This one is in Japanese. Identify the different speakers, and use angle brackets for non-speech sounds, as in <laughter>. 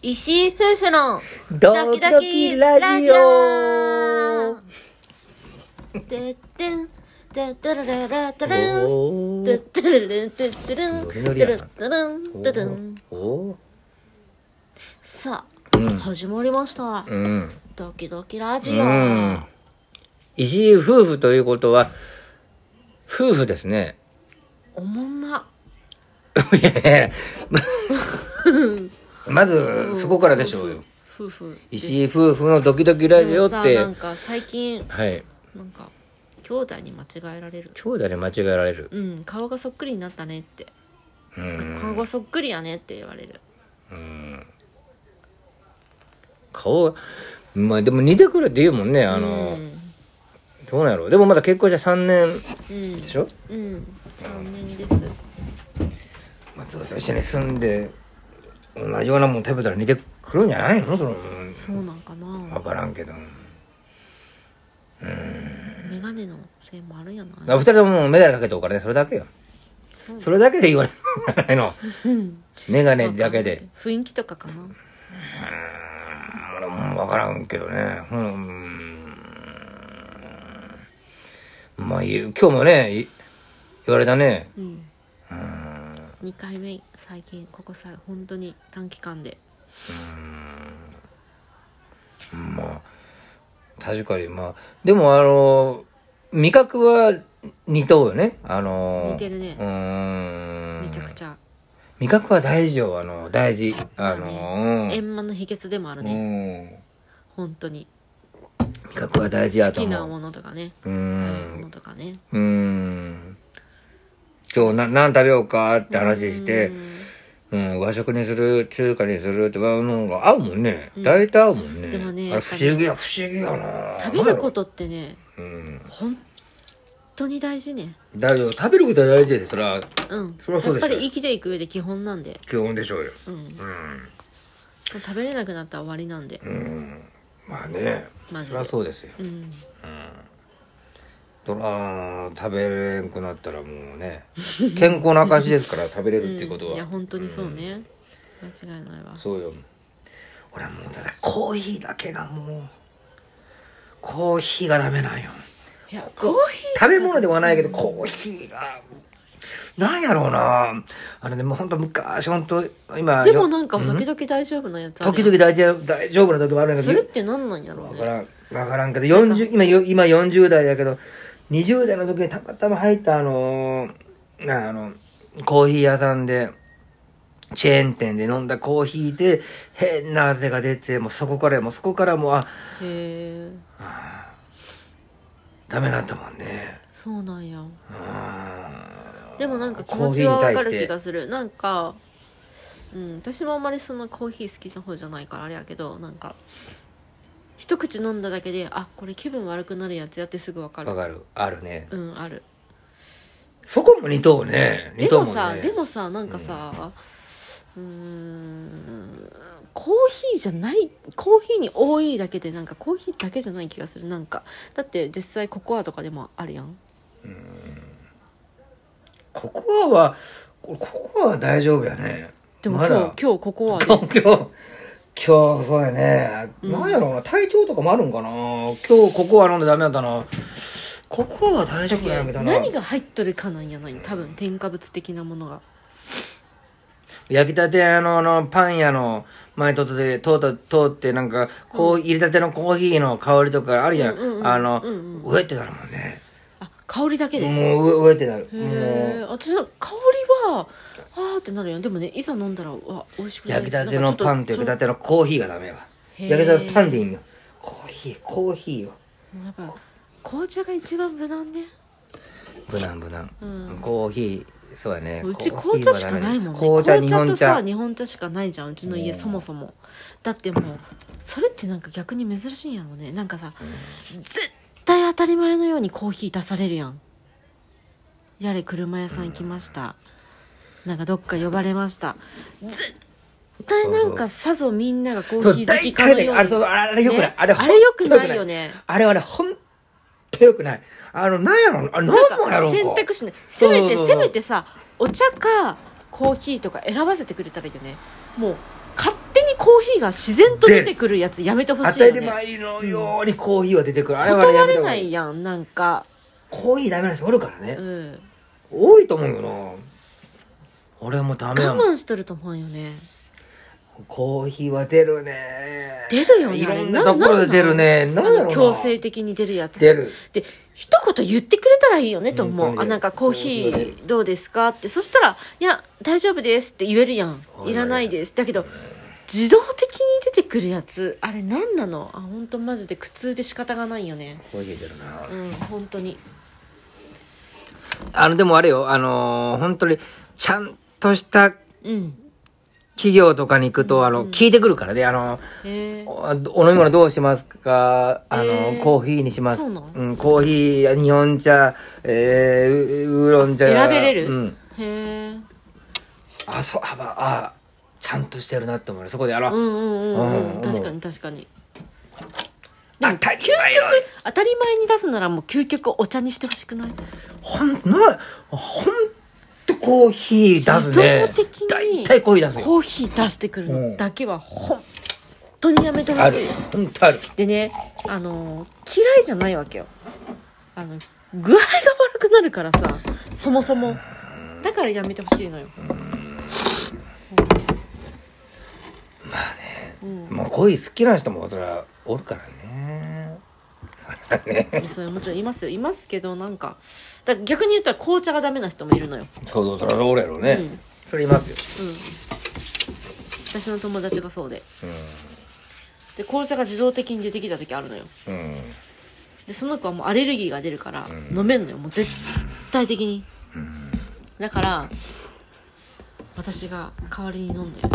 Speaker 1: 石井夫婦の
Speaker 2: ドキドキラジオ
Speaker 1: てってんてってらららたらん
Speaker 2: お
Speaker 1: てっ
Speaker 2: ー
Speaker 1: てららてってらん
Speaker 2: ノリ
Speaker 1: て
Speaker 2: ノリや
Speaker 1: ら
Speaker 2: な
Speaker 1: たらんてってん
Speaker 2: おー
Speaker 1: さあ、始まりました、
Speaker 2: うん
Speaker 1: ドキドキラジオ、
Speaker 2: うん石井夫婦ということは夫婦ですね
Speaker 1: おもんない
Speaker 2: やいやいやまずそこからでしょうよ
Speaker 1: 夫婦
Speaker 2: 石井夫婦のドキドキラジオ
Speaker 1: でも
Speaker 2: っ
Speaker 1: さ
Speaker 2: て
Speaker 1: なんか最近
Speaker 2: はい
Speaker 1: なんか兄弟に間違えられる
Speaker 2: 兄弟に間違えられる
Speaker 1: うん顔がそっくりになったねって
Speaker 2: うん
Speaker 1: 顔がそっくりやねって言われる
Speaker 2: 顔がまあでも似てくるって言うもんねあの、どうなんやろうでもまだ結婚して3年
Speaker 1: うん
Speaker 2: でしょ、
Speaker 1: うん3年です
Speaker 2: まあ、ずっと一緒に住んで同じようなもん食べたら似てくるんじゃないのその
Speaker 1: そうなんかな
Speaker 2: 分からんけど
Speaker 1: 眼鏡のせいもあるんやな
Speaker 2: 2人ともメガネかけておからねそれだけよそれだけで言われるんじゃないの
Speaker 1: うん
Speaker 2: メガネだけで
Speaker 1: 雰囲気とかかな
Speaker 2: 俺も分からんけどねうんまあいい今日もねい言われたね
Speaker 1: うん
Speaker 2: うん
Speaker 1: 2回目最近ここさ本当に短期間で
Speaker 2: まあ確かにまあでもあの味覚は似とうよねあの
Speaker 1: 似てるね
Speaker 2: うーん
Speaker 1: めちゃくちゃ
Speaker 2: 味覚は大事よあの大事あの、
Speaker 1: ね円満の秘訣でもある
Speaker 2: うん、
Speaker 1: ね本当に
Speaker 2: うん味覚は大事や
Speaker 1: 好
Speaker 2: と
Speaker 1: きな
Speaker 2: 思う
Speaker 1: ものとかね
Speaker 2: う
Speaker 1: も
Speaker 2: ん
Speaker 1: のとかね
Speaker 2: うん今日な何食べようかって話して
Speaker 1: う、ん
Speaker 2: うん、和食にする中華にするってあの合うもんね大体合うもんね,、
Speaker 1: でもね
Speaker 2: あ
Speaker 1: や
Speaker 2: れ
Speaker 1: っ
Speaker 2: 不
Speaker 1: ぱり
Speaker 2: 思議や不思議やな
Speaker 1: 食べることってね
Speaker 2: うん
Speaker 1: 本当に大事ね
Speaker 2: 大丈夫食べることは大事ですそれは
Speaker 1: うん
Speaker 2: そりゃそうでしょ
Speaker 1: やっぱり生きていく上で基本なんで
Speaker 2: 基本でしょうよ
Speaker 1: うん、食べれなくなったら終わりなんで
Speaker 2: うんまあね
Speaker 1: マジで
Speaker 2: そりゃそうですよ
Speaker 1: うん
Speaker 2: そら食べれんくなったらもうね <laughs> 健康な証ですから食べれるっていうことは、
Speaker 1: いや本当にそうね、間違いないわ
Speaker 2: そうよ俺はもうだからコーヒーだけがもうコーヒーがダメなんよ
Speaker 1: いやコーヒ
Speaker 2: 食べ物ではないけどコーヒーがなんやろうなあれねもうほんと昔ほんと今
Speaker 1: ーでもなんか時々大丈夫なやつある
Speaker 2: 時
Speaker 1: やん
Speaker 2: 々大丈夫大丈夫な時もあるんやけ
Speaker 1: そ
Speaker 2: ど
Speaker 1: れって何なんやろう
Speaker 2: わか
Speaker 1: ね
Speaker 2: らんわからんけど40今よ今40代やけど20代の時にたまたま入ったあのーなあのコーヒー屋さんでチェーン店で飲んだコーヒーで変な汗が出てもうそこからもうそこからもうあ
Speaker 1: へえ
Speaker 2: ダメだったもんね
Speaker 1: そうなんや
Speaker 2: うーん
Speaker 1: でもなんか気
Speaker 2: コー
Speaker 1: 持
Speaker 2: ヒ
Speaker 1: ち
Speaker 2: ー
Speaker 1: は
Speaker 2: に対
Speaker 1: 分
Speaker 2: し
Speaker 1: か
Speaker 2: て
Speaker 1: る気がするなんかうん私もあんまりそんなコーヒー好きな方じゃないからあれやけどなんか一口飲んだだけであこれ気分悪くなるやつやってすぐ分かる
Speaker 2: わかるあるね
Speaker 1: うんある
Speaker 2: そこも似とうね似
Speaker 1: で
Speaker 2: とう
Speaker 1: も
Speaker 2: もん
Speaker 1: さ
Speaker 2: ね
Speaker 1: でもさなんかさうーんコーヒーじゃないコーヒーに多いだけでなんかコーヒーだけじゃない気がするなんかだって実際ココアとかでもあるやん
Speaker 2: ココアはこココアは大丈夫やね
Speaker 1: でも
Speaker 2: ま
Speaker 1: 今日、
Speaker 2: だ
Speaker 1: 今日ココアで
Speaker 2: 今日今日そうやね、なんやろうな体調とかもあるんかな今日ココア飲んでダメだったなココアは大丈夫やけどな
Speaker 1: 何が入っとるかなんやない多分添加物的なものが
Speaker 2: 焼きたてあのあのパン屋の前通って通った通ってなんかこう入れたてのコーヒーの香りとかあるやん,、
Speaker 1: うんうんうん
Speaker 2: あの、
Speaker 1: うん
Speaker 2: うえってなるもんね
Speaker 1: あ香りだけで、へ
Speaker 2: もううえうえってなるも
Speaker 1: え
Speaker 2: う
Speaker 1: 私の香りはあーってなるやんでもねいざ飲んだらわ美味しくな
Speaker 2: 焼きたてのパンと焼きた
Speaker 1: て
Speaker 2: てのコーヒーがダメやわ
Speaker 1: へー
Speaker 2: 焼きたてのパンでいいんよコーヒーコーヒーよ
Speaker 1: やっぱ紅茶が一番無難ね
Speaker 2: 無難無難、
Speaker 1: うん
Speaker 2: コーヒーそうやね
Speaker 1: うち紅茶しかないもんね
Speaker 2: コー
Speaker 1: 紅
Speaker 2: ヒー
Speaker 1: 茶
Speaker 2: はダメ紅茶日本
Speaker 1: とさ
Speaker 2: 茶
Speaker 1: 日本茶しかないじゃんうちの家そもそもだってもうそれってなんか逆に珍しいんやろうねなんかさ、絶対当たり前のようにコーヒー出されるやんやれ車屋さん行きました、なんかどっか呼ばれました絶対なんかさぞみんながコ
Speaker 2: そ
Speaker 1: ーヒ
Speaker 2: う
Speaker 1: ー好き
Speaker 2: 大
Speaker 1: かの
Speaker 2: 体ね
Speaker 1: ように
Speaker 2: あれそうあれよくない、
Speaker 1: ね
Speaker 2: あれ
Speaker 1: あれよくない
Speaker 2: ほんと
Speaker 1: よね
Speaker 2: あれはねほんとよくないあのなんやろあれ
Speaker 1: なん
Speaker 2: なんもんや
Speaker 1: か
Speaker 2: ろ
Speaker 1: 選択肢ねせ
Speaker 2: そうそう
Speaker 1: め
Speaker 2: そう
Speaker 1: てせめてさお茶かコーヒーとか選ばせてくれたらいいよねもう勝手にコーヒーが自然と出てくるやつやめてほ
Speaker 2: 当
Speaker 1: しいよ
Speaker 2: たり
Speaker 1: ね
Speaker 2: 前のようにコーヒーは出てくる。あれはね
Speaker 1: 断れ
Speaker 2: やめた方
Speaker 1: な
Speaker 2: がい
Speaker 1: い。やんなんか
Speaker 2: コーヒーダメな人おるからね
Speaker 1: う。ん
Speaker 2: 多いと思うよな。俺もダメやもん
Speaker 1: 我。慢しとると思うよね
Speaker 2: コーヒーは出るね
Speaker 1: 出るよね
Speaker 2: いろんな
Speaker 1: あれ
Speaker 2: ところで出るね
Speaker 1: な
Speaker 2: なんん
Speaker 1: なの
Speaker 2: だろうな
Speaker 1: 強制的に出るやつ
Speaker 2: 出る
Speaker 1: で一言言ってくれたらいいよねと思
Speaker 2: 本当
Speaker 1: う
Speaker 2: に
Speaker 1: あなんかコーヒーどうですかってそしたら「いや大丈夫です」って言えるやん
Speaker 2: はい
Speaker 1: いらないですだけど自動的に出てくるやつあれ何なのあ本当マジで苦痛で仕方がないよね
Speaker 2: コーヒー出るな
Speaker 1: うん本当に
Speaker 2: あのでもあれよあのー本当にちゃんとした
Speaker 1: うん
Speaker 2: 企業とかに行くと、あの、聞いてくるからね、あの、
Speaker 1: へえ
Speaker 2: おお飲み物どうしますかあの、
Speaker 1: えー
Speaker 2: コーヒーにします。
Speaker 1: そうなん
Speaker 2: ん、コーヒー、日本茶、えー、ウウーロン茶。
Speaker 1: 選べれる、
Speaker 2: うん。
Speaker 1: へえ
Speaker 2: あ、そう、あ、まあ、あちゃんとしてるなって思うよそこで、あ
Speaker 1: う
Speaker 2: の、
Speaker 1: んうんうん
Speaker 2: う
Speaker 1: うんん確かに確かに
Speaker 2: あ、たり前よ。
Speaker 1: 当たり前に出すならもう究極お茶にしてほしくない
Speaker 2: ほん、な、ほんとコーヒー出すね
Speaker 1: 自。動的に
Speaker 2: 大体コーヒー出すよ。
Speaker 1: コーヒー出してくる
Speaker 2: うん
Speaker 1: のだけは本当にやめてほ
Speaker 2: あ
Speaker 1: し
Speaker 2: る
Speaker 1: い。
Speaker 2: ほんとある。
Speaker 1: でねあの嫌いじゃないわけよあの具合が悪くなるからさそもそもだからやめてほしいのよ
Speaker 2: もうコーヒー好きな人も、そりゃ、おるからね。
Speaker 1: それもちろんいますよいますけどなんかだから逆に言ったら紅茶がダメな人もいるのよ
Speaker 2: そうそう、そりゃおるやろうね。
Speaker 1: うん
Speaker 2: それいますよ。
Speaker 1: 私の友達がそうでで紅茶が自動的に出てきた時あるのよ
Speaker 2: うん。
Speaker 1: でその子はもうアレルギーが出るから飲めんのよもう絶対的にだから私が代わりに飲んだよ